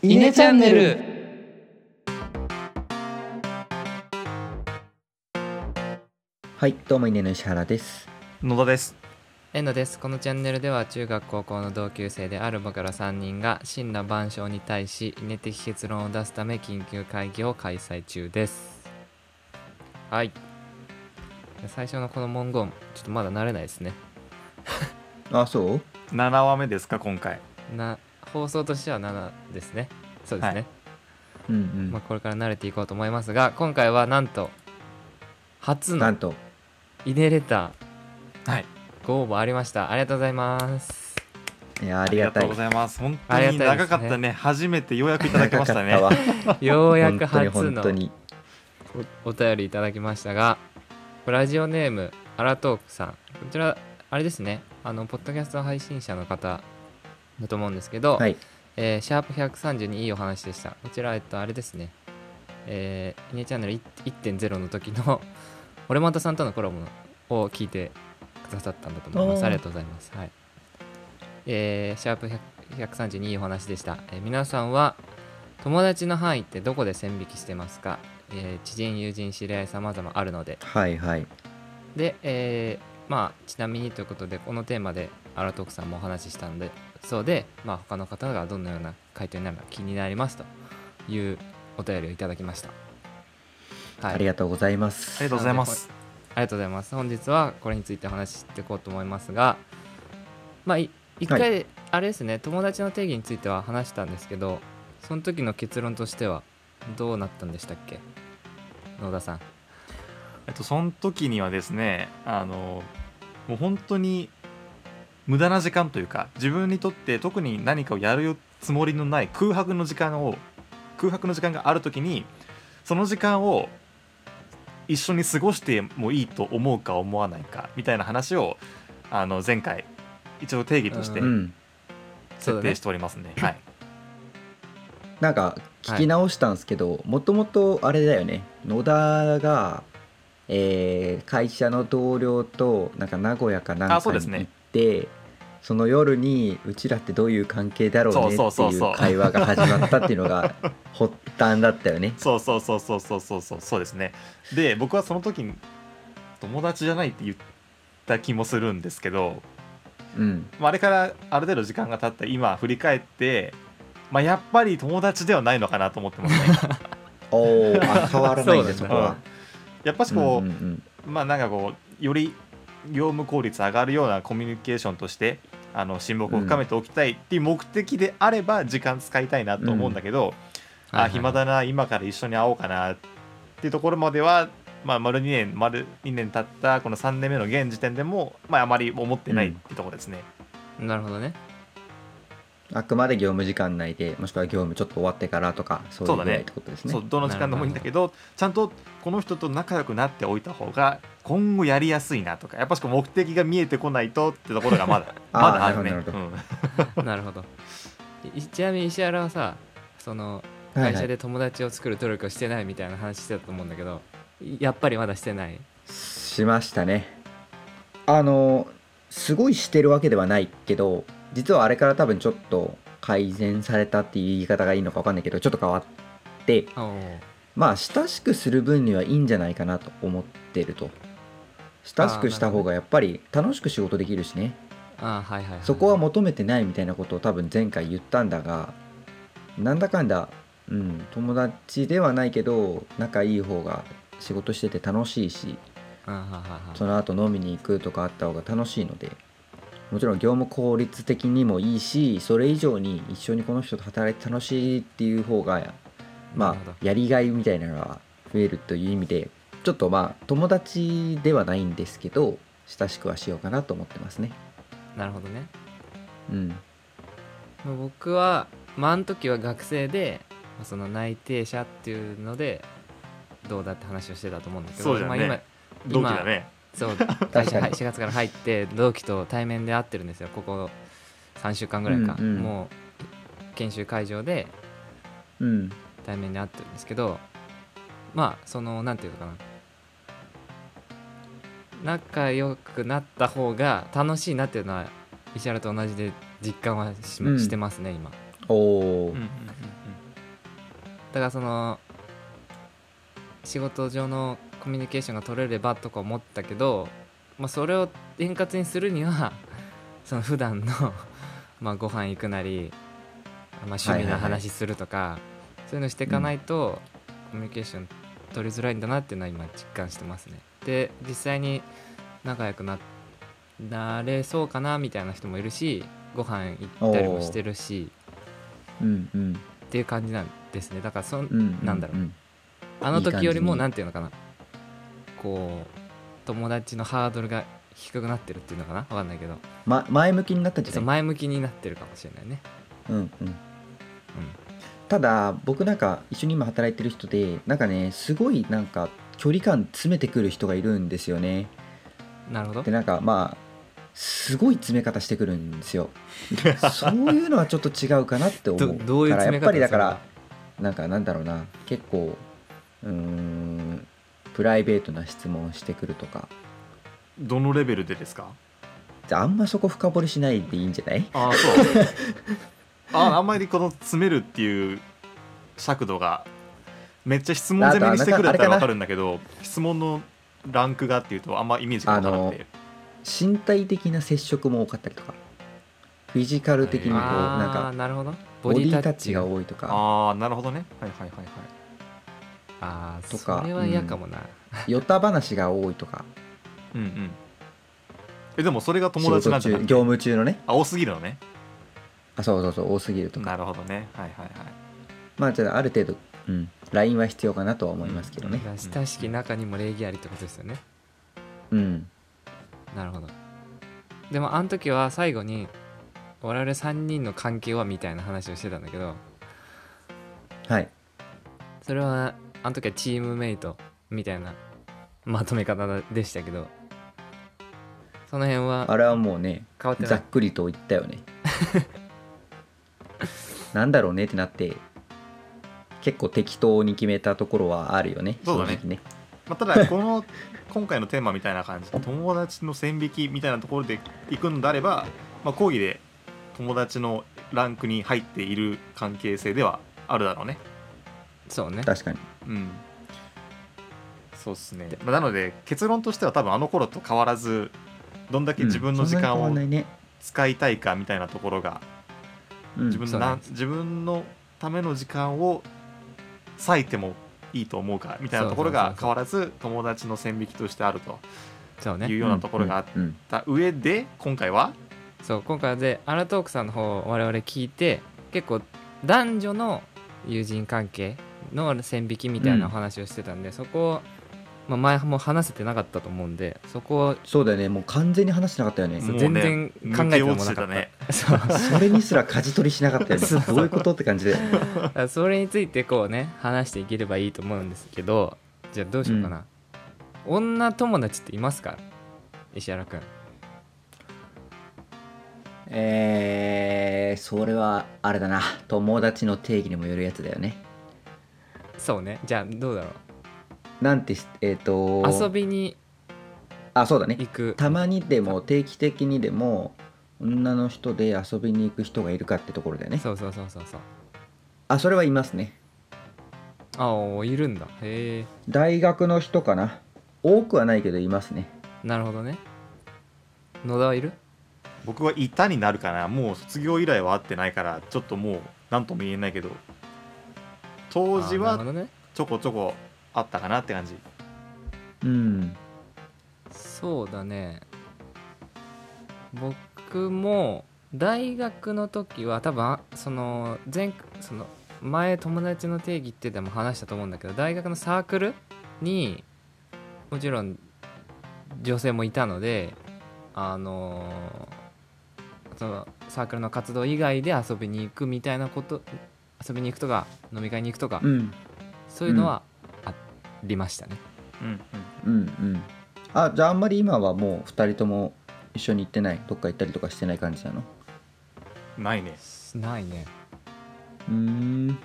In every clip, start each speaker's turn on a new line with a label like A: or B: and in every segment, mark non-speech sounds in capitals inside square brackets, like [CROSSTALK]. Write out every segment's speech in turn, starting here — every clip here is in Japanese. A: イネチャンネル
B: はい、どうも、稲の石原です。
C: 野田です。
A: エンドですこのチャンネルでは中学高校の同級生である僕ら3人が神羅万象に対しイネ的結論を出すため緊急会議を開催中ですはい最初のこの文言ちょっとまだ慣れないですね
B: あ、そう
C: 7話目ですか、今回。
A: な放送としては7ですねそうですね、
C: はい
B: うんう
A: まあ、
B: ん。
A: これから慣れていこうと思いますが今回はなんと初
B: な
A: の
B: んと、
A: イネレタ
C: はい。
A: ーご応募ありましたありがとうございます
B: いや、あ
C: あ
B: りがたい。
C: ございます。本
A: あ
C: 当
A: りがたい
C: に
A: ですね
C: 長かったね。初めてようやくいただきましたね。 [LAUGHS]
B: 長かっ
A: よう
B: たわ
A: や
B: 本
A: く
B: 当に
A: 初
B: 本
A: の
B: 当に。
A: おお便りいただきましたがラジオネームアラトークさんこちらあれですねあのポッドキャスト配信者の方だと思うんですけど、
B: はい。
A: えーシャープ130にいいお話でしたこちらえっとあれですねえー、イネチャンネルい1.0の時の [LAUGHS] 俺またさんとのコラボを聞いてくださったんだと思いま
B: お
A: す
B: ー
A: ありがとうございますはいえーシャープ100 130にいいお話でした、えー皆さんは友達の範囲ってどこで線引きしてますか、えー知人友人知り合い様々あるので
B: はいはい。
A: で、えーまあちなみにということでこのテーマでアラトークさんもお話ししたのでそうで、まあ、他の方がどのような回答になるのか気になりますというお便りをいただきました、はい、
B: ありがとうございます。
C: ありがとうございます。
A: ありがとうございます本日はこれについてお話ししていこうと思いますがまあい一
B: は
A: 回あれですね、友達の定義については話したんですけどその時の結論としてはどうなったんでしたっけ野田さん
C: えっと、その時にはですね、あの、もう本当に無駄な時間というか、自分にとって特に何かをやるつもりのない空白の時間を、空白の時間がある時に、その時間を一緒に過ごしてもいいと思うか思わないか、みたいな話を、あの、前回、一応定義として
B: うん。
C: 設定しておりますね。はい。
B: なんか、聞き直したんですけど、もともとあれだよね。野田が、えー会社の同僚と、なんか名古屋かなん
C: あそ
B: か
C: う
B: に
C: で
B: 行っ
C: すね
B: て、その夜にうちらってどういう関係だろうね
C: そ
B: っ
C: う
B: て
C: そうそう
B: い
C: そう
B: う会話が始まったっていうのが発端だったよね。
C: そうそうそうそうそうそうそうそうですねで僕はその時に友達じゃないって言った気もするんですけど、
B: うん。
C: まあ、あれからある程度時間が経った今振り返って、まあ、やっぱり友達ではないのかなと思ってますね
B: おお、あ変わらないんだ
A: そ
B: そ
A: なんだ
B: うこは。
C: やっぱしこう、
B: んん
C: まあなんかこうより業務効率上がるようなコミュニケーションとしてあの親睦を深めておきたいっていう目的であれば時間使いたいなと思うんだけど、あ
A: はいはい
C: 暇だな今から一緒に会おうかなっていうところまでは、まあ、丸2年丸2年経ったこの3年目の現時点でも、まあ、あまり思ってないってところですね、
A: なるほどね
B: うんあくまで業務時間内でもしくは業務ちょっと終わってからとかそういうぐらいってことですね。
C: そうどの時間でもいいんだけどちゃんとこの人と仲良くなっておいた方が今後やりやすいなとかやっぱしこう目的が見えてこないとってところがまだ
B: あー
C: まだあるね
B: なるほどなる [LAUGHS]
A: なるほどいちなみに石原はさその
B: は
A: 会
B: いは
A: 社
B: い、
A: で友達を作る努力をしてないみたいな話してたと思うんだけど、いやっぱりまだしてない
B: しましたね。あのすごいしてるわけではないけど実はあれから多分ちょっと改善されたっていう言い方がいいのか分かんないけどちょっと変わって
A: おー
B: まあ親しくする分にはいいんじゃないかなと思ってると親しくした方がやっぱり楽しく仕事できるしね
A: あーはいはい、はい、
B: そこは
A: も
B: 求めてないみたいなことを多分前回言ったんだがなんだかんだ、うん、友達ではないけど仲いい方が仕事してて楽しいし
A: うんはいはいはい
B: その後飲みに行くとかあった方が楽しいのでもちろん業務効率的にもいいしそれ以上に一緒にこの人と働いて楽しいっていう方が
A: な
B: ま
A: るほど
B: あやりがいみたいなのが増えるという意味でちょっとまあ友達ではないんですけど親しくはしようかなと思ってますね。
A: なるほどね
B: うん、
A: もう僕はまああの時は学生でまあその内定者っていうのでどうだって話をしてたと思うんだけど
C: そうだよね
A: まあ、
C: うん同期だね
B: [LAUGHS]
A: 今そう
B: か
A: 会
B: に
A: 社はい4月から入って同期と対面で会ってるんですよここ3週間ぐらいか、
B: うんうん
A: もう研修会場で
B: うん
A: 対面で会ってるんですけどまあそのなんていうのかな仲良くなった方が楽しいなっていうのは石原と同じで実感はし,、
B: うん
A: してますね今
B: おお、
C: うんうんうんうん
A: だからその仕事上のコミュニケーションが取れればとか思ったけど、まあ、それを円滑にするには [LAUGHS] その普段の [LAUGHS] まあご飯行くなり、まあ、趣
B: はい
A: 味
B: はいは
A: の
B: い
A: 話するとか、そういうのしていかないと、コミュニケーション取りづらいんだなっていうのは今実感してますね。で実際に仲良くななれそうかなみたいな人もいるしご飯行ったりもしてるし
B: うんうん
A: っていう感じなんですねだからそん
B: うん
A: なんだろう
B: うん
A: あの時より
B: いい感じ
A: も
B: に
A: なんていうのかなこう友達のハードルが低くなってるっていうのかなわかんないけど
B: ま、前向きになったんじ
A: ちょっ
B: ゃ
A: と
B: ない
A: 前向きになってるかもしれないね
B: うんうんただ僕なんか一緒に今働いてる人でなんかねすごいなんか距離感詰めてくる人がいるんですよね
A: うんなるほど
B: でなんかまあすごい詰め方してくるんで
A: [LAUGHS]
B: すよそういうのはちょっと違うかなって思
A: ど
B: う
A: どういう詰め方
B: からやっぱりだか
A: それ
B: ら
A: は
B: なんかなんだろうな結構うーんプライベートな質問してくるとか
C: どのレベルでですか
B: じゃああんまそこ深掘りしないでいいんじゃない
C: ああ [LAUGHS] そうああんまりこの詰めるっていう尺度がめっちゃ質問攻めにしてくるだったら分かるんだけど質問のランクがっていうとあんまイメージが分からなくて
B: 身体的な接触も多かったりとかフィジカル的にこう
C: 前向き
A: あー
B: なんか
A: なるほど
B: ボディタッチが多いとか
C: ああーなるほどねはいはいはいはい
A: ああ
B: とか
A: それは嫌かもな、
B: ヨタ話が多いとか
C: うんうんえでもそれが友達なんじ
B: 仕
C: ゃ
B: 事中
C: なく
B: 業
C: て
B: 務中のね
C: あ多すぎるのね
B: あそうそうそう多すぎるとか
C: なるほどねはいはいはい
B: まあじゃあある程度、うん、LINE は必要かなとは思いますけどね
A: だから親しき中にも礼儀ありってことですよね
B: うん
A: なるほどでもあの時は最後に我々3人の関係はみたいな話をしてたんだけど
B: はい
A: それはあの時はチームメイトみたいなまとめ方でしたけどその辺は
B: あれはもうね
A: 変わって
B: ざ
A: ない
B: っくりと言ったよ
C: [LAUGHS]
B: ねなんだろうねってなって結構適当に決めたところはあるよね
C: そうだね
B: 正直ね
C: まあ、ただこの今回のテーマみたいな感じ友達の線引きみたいなところで行くのであれば、まあ、講義で友達のランクに入っている関係性ではあるだろうね
A: そうね
B: 確かに
C: うんそうっすね、まあ、なので結論としては多分あの頃と変わらずどんだけ自分の時間
B: うんそん
C: を
B: なに変わんないね
C: 使いたいかみたいなところが
B: うん
C: 自分
A: そ
C: の
A: うなん
C: な
A: です
C: 自分のための時間を割いてもいいと思うかみたいなところ
A: そう
C: が
A: そう
C: 変わらず友達の線引きとしてあると
A: そう
C: いう
A: ね
C: ようなところがあっ
B: うんうん
C: た上で今回は
A: そう今回はでアラトークさんの方を我々聞いて結構男女の友人関係の線引きみたいなお話をしてたんで、そこを、まあ、前も話せてなかったと思うんでそこを
B: そうだよねもう完全に話してなかったよね
A: そう
C: もうね
A: 全然考えてもなか
C: 抜け落ち
A: ってた
C: たね
A: [LAUGHS] そう
B: それにすら舵取りしなかったよね
A: そうそう
B: どういうことって感じで
A: だからそれについてこうね話していければいいと思うんですけどじゃあどうしようかな、女友達っていますか石原くん
B: [LAUGHS] えー、それはあれだな友達の定義にもよるやつだよね
A: そうねじゃあどうだろ
B: なんてしえっ、
A: う
B: と
A: 遊びに
B: あそうだね
A: 行く
B: たまにでも定期的にでも女の人で遊びに行く人がいるかってところだよね
A: そうそうそうそうそう
B: あそれはいますね
A: あおいるんだへ
B: 大学の人かな多くはないけどいますね
A: えなるほどね野田はいる
C: 僕は板になるかなもう卒業以来は会ってないからちょっともう何とも言えないけど当時
A: あなるほ
C: は
A: どね
C: ちょこちょこあったかなって感じ
B: うん
A: そうだね僕も大学の時は多分あその前その前友達の定義ってでも話したと思うんだけど大学のサークルにもちろん女性もいたのであのそのサークルの活動以外で遊びに行くみたいなこと遊びに行くとか飲み会に行くとか、
B: うん
A: そういうのはありましたね。
C: うんうん
B: うんうんあじゃああんまり今はもう2人とも一緒に行ってないどっか行ったりとかしてない感じなの
C: ないね
A: ないね。
B: うーん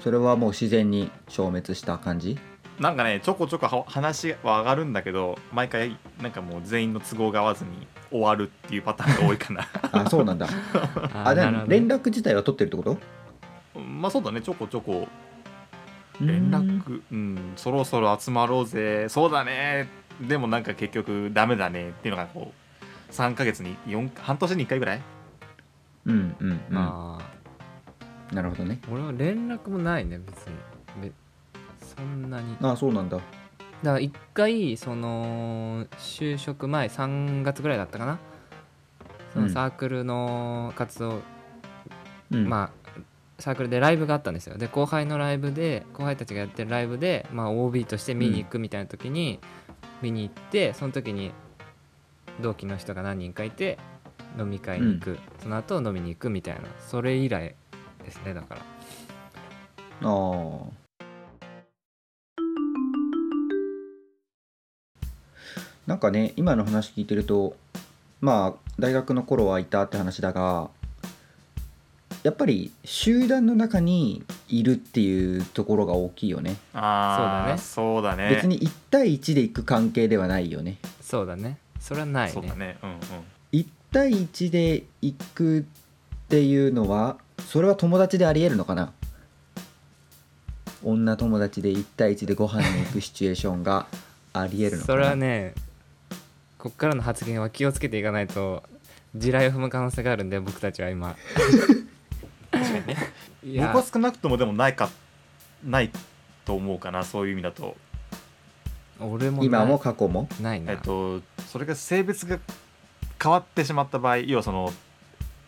B: それはもう自然に消滅した感
A: [LAUGHS]
B: じ
C: なんかねちょこちょこは話は上がるんだけど毎回なんかもう全員の都合が合わずに終わ [LAUGHS] るっていうパターンが多いかな
B: [LAUGHS] あそうなんだ
A: あ
B: あじ
A: な
B: ゃ
A: るほ
B: あ
A: どね
B: 連絡自体は取ってるってこと
C: まあそうだねちょこちょこ連絡うん、そろそろ集まろうぜそうだねでもなんか結局ダメだねっていうのがこう3ヶ月に4半年に1回ぐらい
B: うんうんうん
A: ああ
B: なるほどね
A: 俺は連絡もないね別にべそんなにだか
B: あそうなんだ
A: ら一回その就職前3月ぐらいだったかなその
B: うん
A: サークルの活動、
B: うん
A: まあサークルでライブがあったんですよで後輩のライブで後輩たちがやってるライブで、まあ、OB として見に行くみたいな時に、見に行ってその時に同期の人が何人かいて飲み会に行く、その後飲みに行くみたいなそれ以来ですねだから
B: あーなんかね今の話聞いてるとまあ大学の頃はいたって話だがやっぱり集団の中にいるっていうところが大きいよね、
C: ああそうだね
B: 別に1対1で行く関係ではないよね
A: そうだねそれはない
C: そう
A: ね
C: だねうんうん
B: 1対1で行くっていうのはそれは友達でありえるのかな女友達で1対1でご飯に行くシチュエーションがありえるのか
A: そ
B: な
A: れはねこっからの発言は気をつけていかないと地雷を踏む可能性があるんで僕たちは今
C: 確かにね
A: [LAUGHS] い
C: 僕は少なくともでもないかないと思うかなそういう意味だと、
A: 俺もない
B: 今も過去も
A: ないな、
C: えっと、それが性別が変わってしまった場合要はその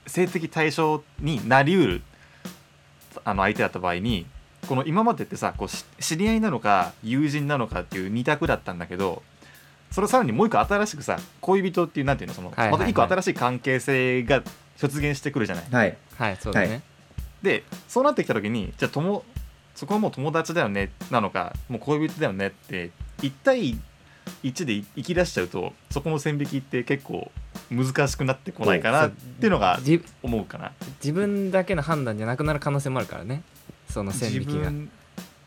C: 性的対象になりうるあの相手だった場合にこの今までってさこうし知り合いなのか友人なのかっていう二択だったんだけどそれをさらにもう一個新しくさ恋人っていうなんていうのその、
A: はいはいはい
C: また一個新しい関係性が出現してくるじゃない。
B: はい
A: はいそうだね、
C: でそうなってきた時にじゃあ友そこはもう友達だよねなのかもう恋人だよねって1対1で生き出しちゃうとそこの線引きって結構難しくなってこないかなっていうのが
A: じ
C: 思うかな
A: 自分だけの判断じゃなくなる可能性もあるからねその線
C: 自
A: 引きが
C: 分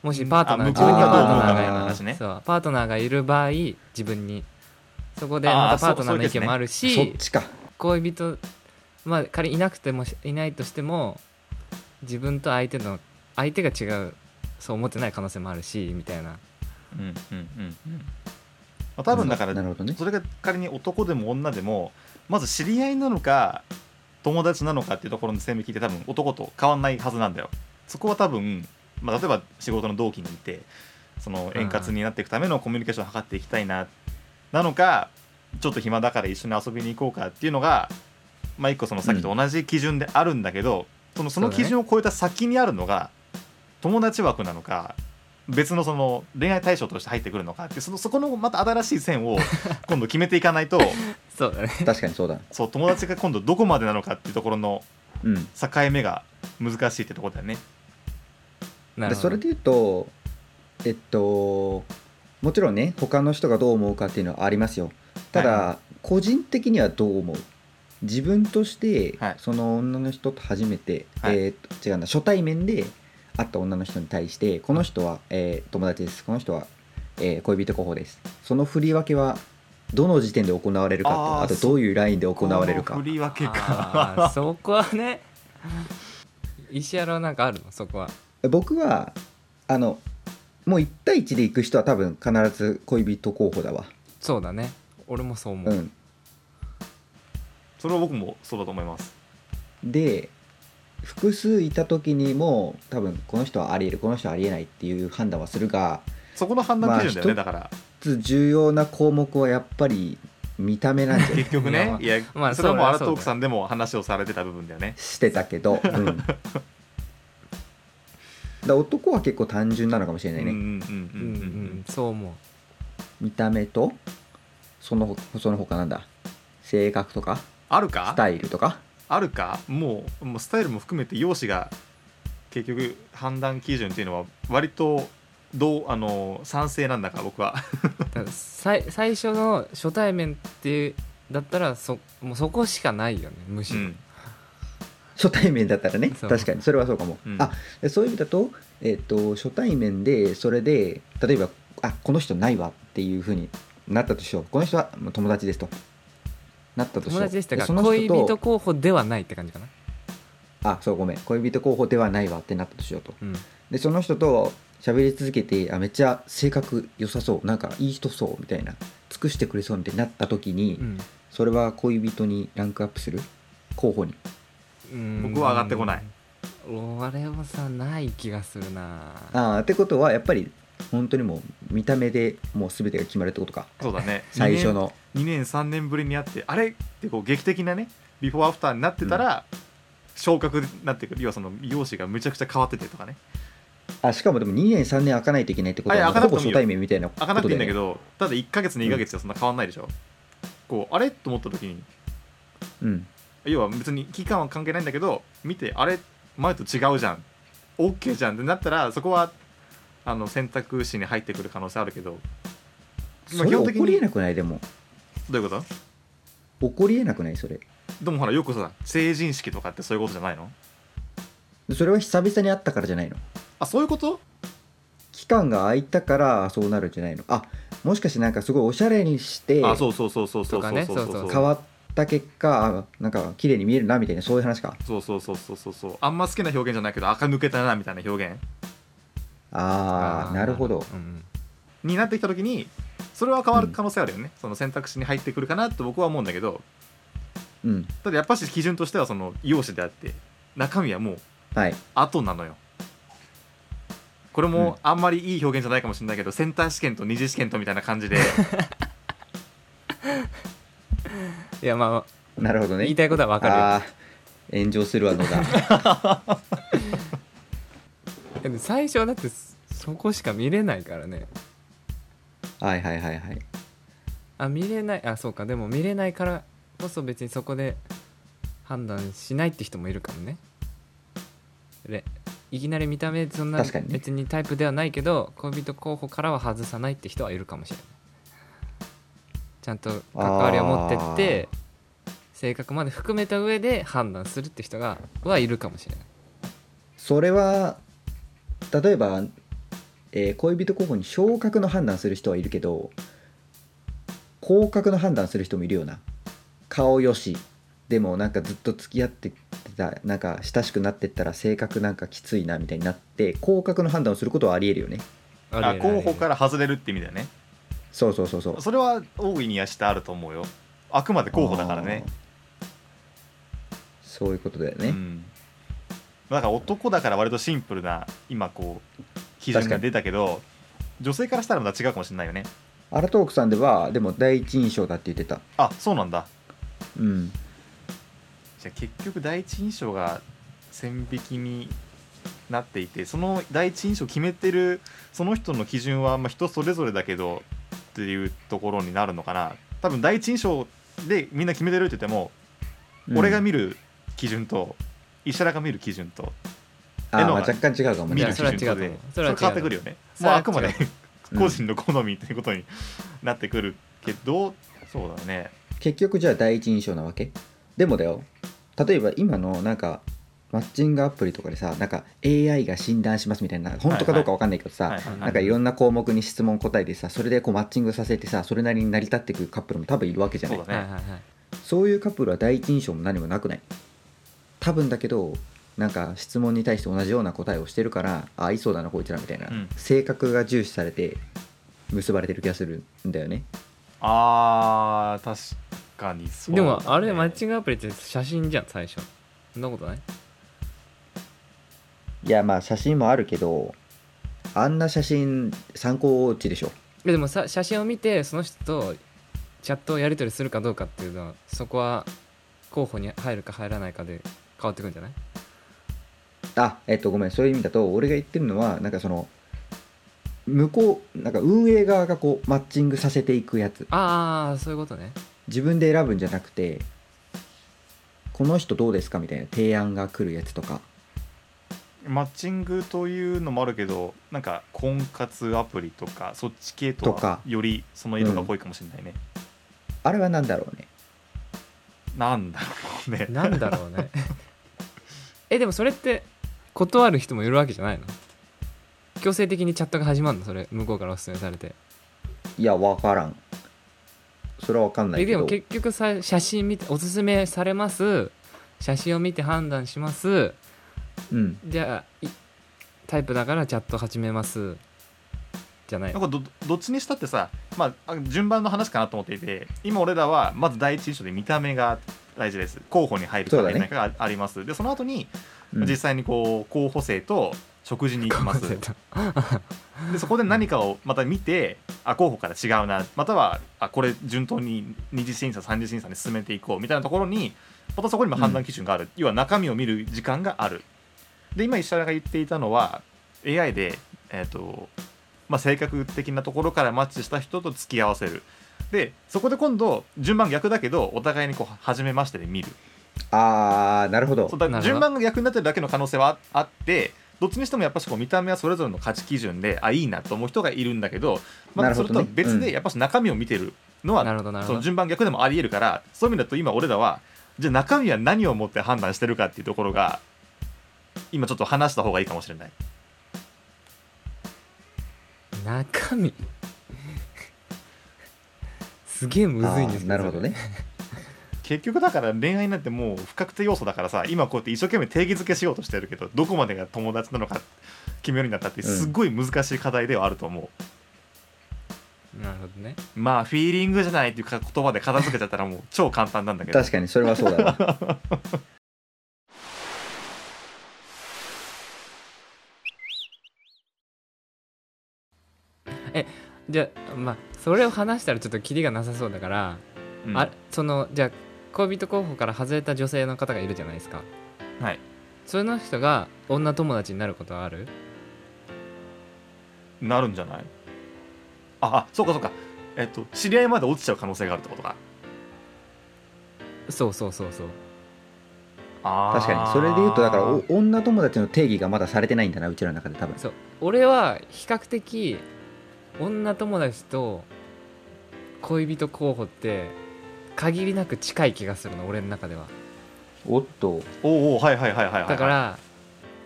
A: もしパートナー
C: あ
A: 自
C: 向こう
A: 分に
C: が
A: パ
C: ど
A: ー
C: う
A: ト
C: 思
A: ナ
C: うか
A: ーがい
C: みたいな
A: る
C: 話ね
A: そうパートナーがいる場合自分にそこで
C: あー
A: またパー
C: そ
A: ト
C: う
A: ナーの意見もあるし
B: そっちか
A: 恋人まあ仮にいなくてもしいないとしても自分と相手の相手が違うそう思ってない可能性もあるしみたいな
C: うんうんうんうんまあ多分だから
B: なるほどね
C: それが仮に男でも女でもまず知り合いなのか友達なのかっていうところの線引きって多分男と変わんないはずなんだよそこは多分、まあ、例えば仕事の同期にいてその円滑になっていくためのコミュニケーションを図っていきたいな、なのかちょっと暇だから一緒に遊びに行こうかっていうのがまあ一個そのさっきと同じ基準であるんだけど、そのその
A: そうだね
C: 基準を超えた先にあるのが友達枠なのか別のその恋愛対象として入ってくるのかってそのそこのまた新しい線
A: [LAUGHS]
C: を今度決めていかないと
A: そうだね
B: 確かにそうだ
C: そう友達が今度どこまでなのかっていうところの
B: うん
C: 境目が難しいってところだよね。
A: なるほど
B: でそれで言うとえっともちろんね他の人がどう思うかっていうのはありますよただ、
C: は
B: 個人的にはどう思う自分として、
C: はい
B: その女の人と初めて、
C: はい
B: えーっと違うな初対面で会った女の人に対してこの人は、えー友達ですこの人は、えー恋人候補ですその振り分けはどの時点で行われるかと
C: あー
B: あとどういうラインで行われる
C: こ
B: か
C: の振り分け
A: あ
C: か。
A: ーそこはね石原はなんかあるのそこは
B: 僕はあのもう1対1で行く人は多分必ず恋人候補だわ
A: そうだね俺もそう思
B: う
A: う、
B: ん
C: [LAUGHS] それは僕もそうだと思います。
B: で複数いた時にも多分この人はありえるこの人はありえないっていう判断はするが
C: そこの判断基準だよね、
B: ま
C: だから
B: 重要な項目はやっぱり見た目なんじゃ
C: [LAUGHS]
B: ない
C: 結局ねいや、
A: まあ
C: それはもう
A: そうだ
C: ア
A: ね
C: ラトークさんでも話をされてた部分だよね。
B: してたけど、うん、だから男は結構単純なのかもしれ
C: う
B: なんい
C: うんう
B: ね、
A: う
C: んうんん
A: う
C: うん
A: ん、そう思う
B: 見た目とその他その他なんだ性格とか
C: ある
B: ス
C: か
B: タイルとか
C: あるかもうもうスタイルも含めて容姿が結局判断基準っていうのは割とどうあの賛成なんだか僕は
A: だからさい最初の初対面っていうだったらそもうそこしかないよねむしろ、
C: うん
B: 初対面だったらね
A: そう
B: 確かにそれはそうかも、
C: うん
B: あでそういう意味だと,、えっと初対面でそれで例えばあこの人ないわっていうふうになったとしようこの人はまあ友達ですとなったとしよ
A: 友
B: う
A: 達でした
B: でそ
A: が
B: の
A: 恋
B: 人
A: 人
B: と
A: 候補ではないって感じかな
B: あそうごめん恋人候補ではないわってなったとしようと
A: うん
B: でその人と喋り続けてあめっちゃ性格良さそうなんかいい人そうみたいな尽くしてくれそうみたいになった時に、
A: うん
B: それは恋人にランクアップする候補に
A: うん
C: 僕は上がってこない
A: 俺はさない気がするな
B: ああってことはやっぱり本当にもう見た目でもう全てが決まるってことか
C: [LAUGHS] そうだね
B: 最初の
C: 2年3年ぶりに会ってあれってこう劇的なねビフォーアフターになってたら、昇格になってくる要はその美容師がむちゃくちゃ変わっててとかね
B: あしかもでも2年3年開かないといけないってこと
C: あい
B: は
C: や開か
B: ほ
C: なく
B: ぼ
C: てもい
B: 初
C: いよ
B: 対面みたいなこと
C: 開
B: だよ
C: かなくていいんだ
B: ね
C: けどただ1ヶ月2ヶ月ではそんな変わんないでしょ、こうあれと思った時に
B: うん
C: 要は別に期間は関係ないんだけど見てあれ前と違うじゃん OK じゃんってなったらそこはあの選択肢に入ってくる可能性あるけど
B: それ
C: 基本
B: 起
C: 的に
B: こりえなくないでも
C: どういうこと
B: 起こりえなくないそれ
C: でもほらよくさ成人式とかってそういうことじゃないの
B: それは久々に会ったからじゃないの
C: あそういうこと
B: 期間が空いたからそうなるんじゃないのあもしかしてなんかすごいおしゃれにして
C: あそうそうそうそうそうそうそうそう
A: と
C: そう
A: かね
B: 変わった結果あなんか綺麗に見えるなみたいなそういう話か
C: そうそうそうそうそうそうあんま好きな表現じゃないけど垢抜けたなみたいな表現
B: ああなるほど
A: うん
C: になってきた時にそれは変わる可能性あるよね、その選択肢に入ってくるかなって僕は思うんだけど
B: うん
C: ただやっぱし基準としてはその容姿であって中身はもう
B: はい
C: 後なのよこれ
B: うん
C: もあんまりいい表現じゃないかもしれないけど、センター試験と二次試験とみたいな感
B: [LAUGHS]
C: じで
A: いやまあ
B: なるほどね
A: 言いたいことはわか
B: あー炎上するわのだ
A: るよでも最初はだってそそこしか見れないからね
B: はいはいはいはい
A: あ見れないあそうかでも見れないからこそ別にそこで判断しないって人もいるかもねれいきなり見た目そんな
B: 確かにね
A: 別にタイプではないけど、恋人候補からは外さないって人はいるかもしれないちゃんと関わりを持ってって性格まで含めた上で判断するって人がはいるかもしれない
B: それは例えば、えー恋人候補に昇格の判断する人はいるけど降格の判断する人もいるよな顔よしでもなんかずっと付き合ってたなんか親しくなってったら性格なんかきついなみたいになって降格の判断をすることはありえるよね
C: あ候補からら外れるって意味だよね
B: そうそうそうそう
C: それは大いにやしてあると思うよあくまで候補だからね
B: あーそういうことだよね、
C: うん、だから男だから割とシンプルな今こう基準が出たけど女性からしたらまた違うかもしれないよね
B: アラトークさんではでも第一印象だって言ってた
C: あそうなんだ
B: うん
C: じゃあ結局第一印象が線引きになっていてその第一印象を決めてるその人の基準はまあ人それぞれだけどっていうところになるのかな多分第一印象でみんな決めてるって言っても、俺が見る基準と石原が見る基準と
B: あー
C: 絵の
B: まあ
C: が
B: 若干違うかも
C: 見
B: ね
C: る基準とで
A: そ
C: そ
A: れは違うと思うそれは違う
C: れ変わってくるよね
A: それ
C: まあ
A: は違う
C: あくまで
B: うん
C: 個人の好みっていうことになってくるけど、そうだね
B: 結局じゃあ第一印象なわけでもだよ例えば今のなんかマッチングアプリとかでさなんか AI が診断しますみたいな本当かどうかわかんないけどさ、
C: はいはい
B: なんかいろんな項目に質問答えてさそれでこうマッチングさせてさそれなりに成り立ってくカップルも多分いるわけじゃない
C: そう
A: はい
C: だ
A: はい
C: ね
A: はい
B: そういうカップルは第一印象も何もなくない多分だけどなんか質問に対して同じような答えをしてるからあ合いそうだなこいつらみたいな、
C: うん
B: 性格が重視されて結ばれてる気がするんだよね
C: あー確かにそう
A: で
C: だね、
A: もあれマッチングアプリって写真じゃん最初そんなことない
B: いやまあ写真もあるけどあんな写真参考値でしょ
A: いやでもさ写真を見てその人とチャットをやり取りするかどうかっていうのはそこは候補に入るか入らないかで変わってくるんじゃない
B: あえっとごめんそういう意味だと俺が言ってるのはなんかその向こうなんか運営側がこうマッチングさせていくやつ
A: ああそういうことね
B: 自分で選ぶんじゃなくてこの人どうですかみたいな提案が来るやつとか
C: マッチングというのもあるけどなんか婚活アプリとかそっち系と
B: と
C: は
B: か
C: よりその色が濃いかもしれないね、
B: あれは何だろうね
C: なんだろうね
A: なんだろうね [LAUGHS] えでもそれって断る人もいるわけじゃないの強制的にチャットが始まるのそれ向こうからおすすめされて
B: いや分からんそれは分かんな
A: え
B: いけ
A: でも
B: ど
A: 結局さ写真見ておすすめされます写真を見て判断します
B: うん
A: じゃあいタイプだからチャット始めますじゃない [LAUGHS]
C: なんかどどっちにしたってさ、まあ、あ順番の話かなと思っていて今俺らはまず第一印象で見た目が大事です候補に入るか
B: そうだ
C: 入
B: ね
C: らないかがあります、でその後に
B: うん
C: 実際にこう候補生と食事に行きます、
A: 忘れた
C: でそこで何かをまた見てあ候補から違うなまたはあこれ順当に二次審査三次審査に進めていこうみたいなところにまたそこにも判断基準がある、要は中身を見る時間があるで今石原が言っていたのは AI で、えーとまあ、性格的なところからマッチした人と付き合わせるでそこで今度順番逆だけどお互いにこう初めましてで見る
B: あーなるほど
C: そうだ
A: なるほど
C: 順番が逆になってるだけの可能性はああってどっちにしてもやっぱしこう見た目はそれぞれの価値基準であいいなと思う人がいるんだけど、ま
B: な
C: あ、
B: る
C: そ
B: ほ
C: れ
B: ど
C: と
B: ね
C: は別
B: う
C: で
B: ん
C: やっぱし中身を見てるのは、
A: なるほどなる
C: そ
A: ほ
C: の
A: ど
C: 順番逆でもありえるからそういう意味だと今俺らはじゃあ中身は何をもって判断してるかっていうところが今ちょっと話した方がいいかもしれない。
A: 中身 [LAUGHS] すげえむずいんですけど
B: あーなるほどね
C: 結局だから恋愛なんてもう不確定要素だからさ今こうやって一生懸命定義づけしようとしてるけどどこまでが友達なのか決めるようになったってすっごい難しい課題ではあると思う。
A: それなるほどね
C: まあフィーリングじゃないっていうか言葉で片付けちゃったらもう超簡単なんだけど
B: 確かにそれはそうだわ
A: じゃあまあそれを話したらちょっとキリがなさそうだから、
C: うん
A: あそのじゃあ恋人候補から外れた女性の方がいるじゃないですか
C: はい
A: その人が女友達になることはある
C: なるんじゃないああそうかそうかえっと知り合いまで落ちちゃう可能性があるってことか
A: そうそうそうそう
C: あー
B: 確かにそれで言うとだからお女友達の定義がまだされてないんだなうちらの中で多分
A: そう俺は比較的女友達と恋人候補って限りなく近い気がするの俺の中では
B: おっと
C: おうおうはいはいはいはいはいはい
A: だから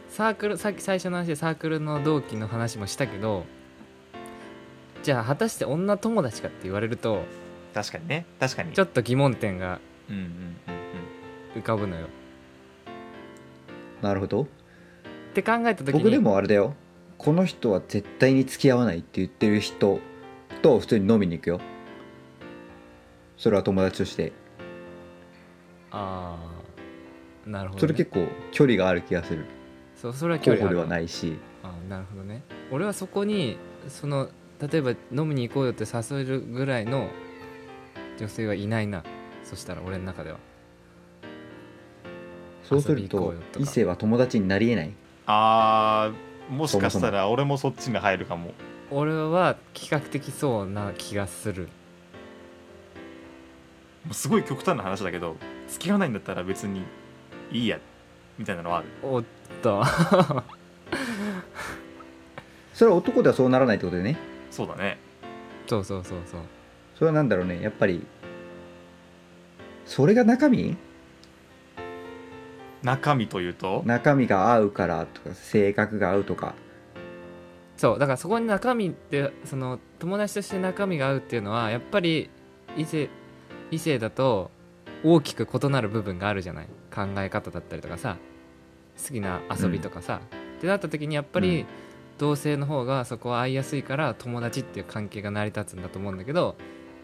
A: サークルさっき最初の話でサークルの同期の話もしたけどじゃあ果たして女友達かって言われると
C: 確かにね確かに
A: ちょっと疑問点が
C: うんうんうん
A: 浮かぶのよ
B: なるほど
A: って考えた時に
B: 僕でもあれだよこの人は絶対に付き合わないって言ってる人と普通に飲みに行くよそれは友達として
A: ああなるほど、ね、
B: それ結構距離がある気がする
A: そうそれは距
B: 候
A: 離
B: 補ではいないし
A: あーなるほどね俺はそこにその例えば飲みに行こうよって誘えるぐらいの女性はいないなそしたら俺の中では
B: そうする
A: 遊び行ことうよとか
B: 異性は友達になりえない
C: あーもしかし
B: そも
C: た
B: そ
C: ら俺もそっちに入るかも
A: 俺は比較的そうな気がする
C: すごい極端な話だけど付き合わないんだったら別にいいやみたいなのはある
A: おっ
B: [LAUGHS]
A: と
B: それは男ではそうならないってことでね
C: そうだね
A: そうそうそうそう
B: それはなんだろうねやっぱりそれが中身
C: 中身というと
B: 中身が合うからとか性格が合うとか
A: そうだからそこに中身ってその友達として中身が合うっていうのはやっぱり異性異性だと大きく異なる部分があるじゃない考え方だったりとかさ好きな遊びとかさ、ってなった時にやっぱ
B: う
A: り
B: ん
A: 同性の方がそこは合いやすいから友達っていう関係が成り立つんだと思うんだけど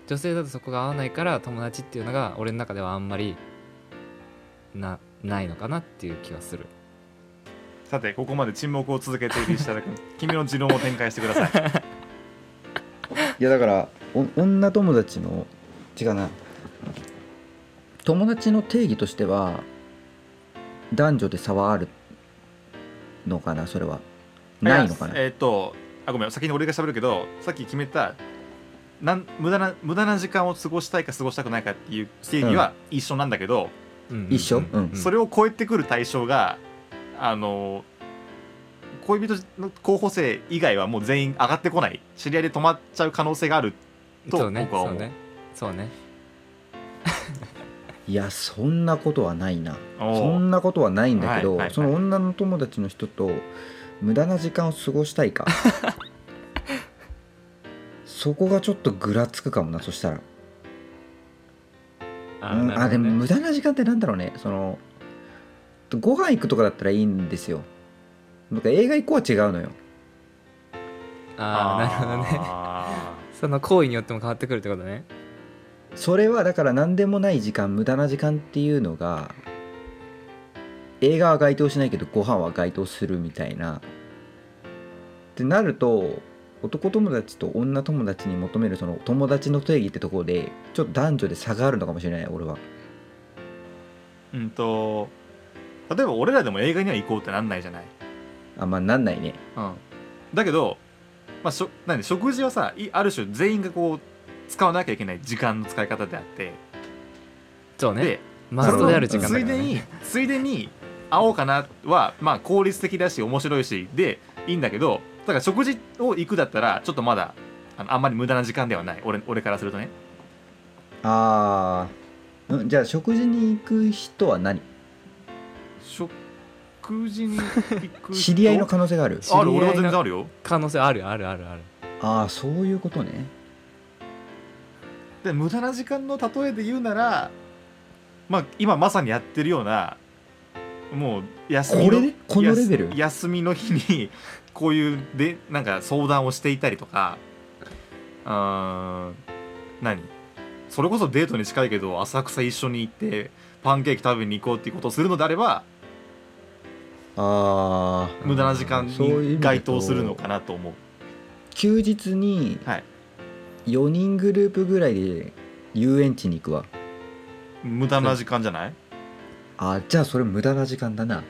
A: 女性だとそこが合わないから友達っていうのが俺の中ではあんまりなないのかなっていう気はする
C: さてここまで沈黙を続けている石原君君の持論を展開してください
B: いやだからお女友達の違うな友達の定義としては男女で差はあるのかなそれはないのかな
C: やえっ、とあごめん先に俺が喋るけどさっき決めたなん無駄な無駄な時間を過ごしたいか過ごしたくないかっていう定義は一緒なんだけど、
B: 一緒うん
C: それを超えてくる対象があの恋人の候補生以外はもう全員上がってこない知り合いで止まっちゃう可能性があると
A: そうね
C: 僕は
A: そう
C: 思う
A: ねそうね
B: いやそんなことはないな
C: お
B: そんなことはないんだけど、
C: はいはいはい
B: その女の友達の人と無駄な時間を過ごしたい
C: [LAUGHS]
B: かそこがちょっとぐらつくかもなそしたら
A: あ
B: うんあ
A: な
B: で
A: るほどね
B: も無駄な時間ってなんだろうねそのご飯行くとかだったらいいんですよなんか映画行こうは違うのよ
A: ああなるほどね
C: あ
A: [LAUGHS] その行為によっても変わってくるってことね
B: それはだから何でもない時間無駄な時間っていうのが映画は該当しないけどご飯は該当するみたいなってなると男友達と女友達に求めるその友達の定義ってところでちょっと男女で差があるのかもしれない俺は
C: ーうんと例えば俺らでも映画には行こうってなんないじゃない、
B: あんまあなんないね
C: うん、だけど、まあ、しょ何食事はさいある種全員がこう使わなきゃいけない時間の使い方であって、
A: そうね
C: で
A: マストである時
B: そ
A: 間だか
B: の
C: つい
A: ら、
C: で
A: ね、
C: についでに会おうかなはまあ効率的だし面白いしでいいんだけどだから食事を行くだったらちょっとまだあのあんまり無駄な時間ではない俺俺からするとね
B: あーうんじゃあ食事に行く人は何
C: 食事に行
A: [LAUGHS]
C: く人
B: 知り合いの可能性がある
A: 知り合
C: あ
A: い
C: る
A: の
C: 俺は全然あるよ
A: 可能性あるあるあるある
B: ああそういうことね
C: で無駄な時間の例えで言うならまあ今まさにやってるようなもう休みの
B: これねこのレベル
C: やす休みの日に [LAUGHS] こういうでなんか相談をしていたりとかうーん何それこそデートに近いけど浅草一緒に行ってパンケーキ食べに行こうっていうことをするのであれば
B: ああ
C: 無駄な時間
B: そういう意味
C: に
B: だと
C: 該当するのかなと思う
B: 休日に
C: はい
B: 4人グループぐらいで遊園地に行くわ
C: 無駄な時間じ
B: [LAUGHS]
C: ゃない
B: あじゃあそれ無駄な時間だな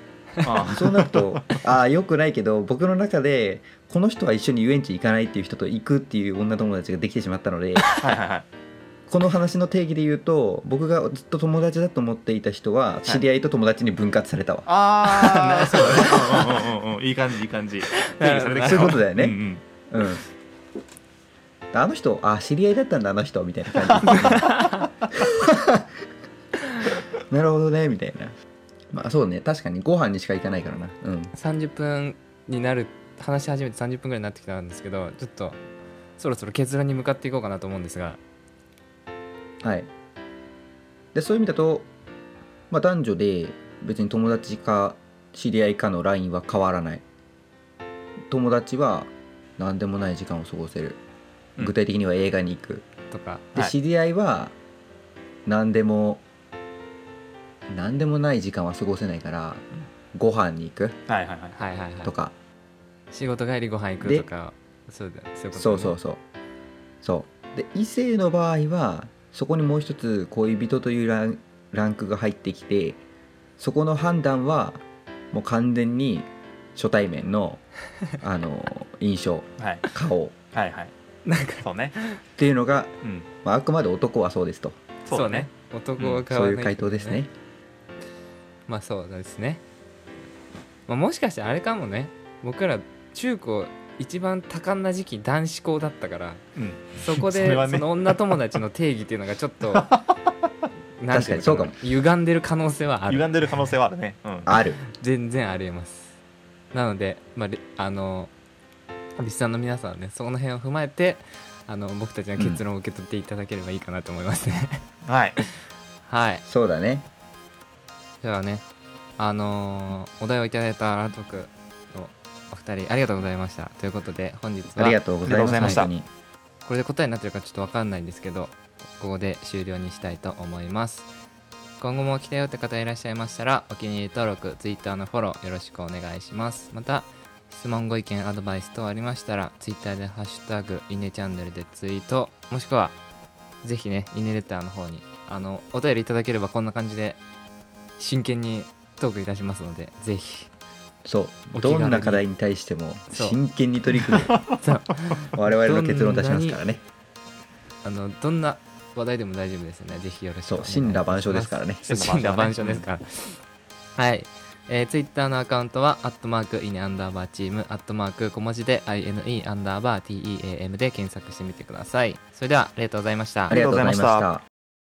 C: あ
B: そうなるとあよくないけど僕の中でこの人は一緒に遊園地行かないっていう人と行くっていう女友達ができてしまったので
C: あはいはいはい
B: この話の定義で言うと僕がずっと友達だと思っていた人は知り合いと友達に分割された
C: [LAUGHS]
B: わ、
C: ああそうだねうんうんうんうんいい感じいい感じ定義されてきた
B: そういうことだよね
C: うんうん
B: うんあの人あ知り合いだったんだあの人みたいな
C: [LAUGHS]
B: 感じですねなるほどねみたいなまあそうね確かにご飯にしか行かないからなうん
A: 30分になる話し始めて30分ぐらいになってきたんですけどちょっとそろそろ結論に向かっていこうかなと思うんですが
B: はい、でそういう意味だと、まあ、男女で別に友達か知り合いかのラインは変わらない友達は何でもない時間を過ごせる
C: うん
B: 具体的には映画に行く、
A: とか
B: で、
C: はい
B: 知り合いは何でも何でもない時間は過ごせないから、ご飯に行く
C: はいはいはい
A: はいはいはい
B: とか、
A: 仕事帰りご飯行く
B: で
A: とかそうだそういうこと、ね、
B: そうそうそうそうで異性の場合はそこにもう一つ恋人というランランクが入ってきてそこの判断はもう完全に初対面のあの印象
C: はい
B: 顔っ
C: はいはい
A: なんか
C: そうね
B: ていうのが、
C: うん
B: まあ、あくまで男はそうですと
A: そうね男は変
B: そ
A: わら
B: うい
A: な
B: う
A: い
B: 回答ですね
A: まあそうですね、まあ、もしかしてあれかもね僕ら中高一番多感な時期男子校だったから
C: うん
A: そこ
C: そ
A: で
C: れ
A: そ,、
C: はね
A: の女友達の定義っていうのがちょっ
B: [LAUGHS]
A: となんて
B: 確か
A: い
B: に
A: う
B: そ
A: の
B: うかも
A: 歪んでる可能性はある
C: 歪んでる可能性はあるねうん
B: ある
A: 全然ありえますなので、まあ、れあのリスナーの皆さんはねその辺を踏まえてあの僕たちの結論を受け取っていただければいいかなと思いますね、
C: はい
A: [LAUGHS] はい
B: そうだね
A: ではねあのーお題をいただいたアラトークのお二人ありがとうございましたということで本日
B: あり
A: は
B: がとうございます
C: ありがとうございました
B: 本当に
A: これで答えになってるかちょっとわかんないんですけどここで終了にしたいと思います今後も来たよって方いらっしゃいましたらお気に入り登録 Twitter のフォローよろしくお願いしますまた質問ご意見アドバイス等ありましたら Twitter で「ハッシュタグイネチャンネル」でツイートもしくはぜひねイネレターの方にあのお便りいただければこんな感じで真剣にトークいたしますのでぜひ
B: そ
A: お気軽
B: うど
A: に
B: んな課題に対しても
A: そう
B: 真剣に取
A: [LAUGHS]
B: り組む
A: そう
B: 我々の結論を出しますからね
A: あのどんな話題でも大丈夫ですね。ぜひよろしくお
B: そ
A: 願
B: う
A: いします。
B: 真羅万象ですからね
A: そう。真羅万象ですから。はい。えー、ツイッターのアカウントは、アットマーク、イネアンダーバーチーム、アットマーク、小文字で、INE アンダーバー TEAM で検索してみてください。それでは、ありがとうございました
B: あ。りがとうございました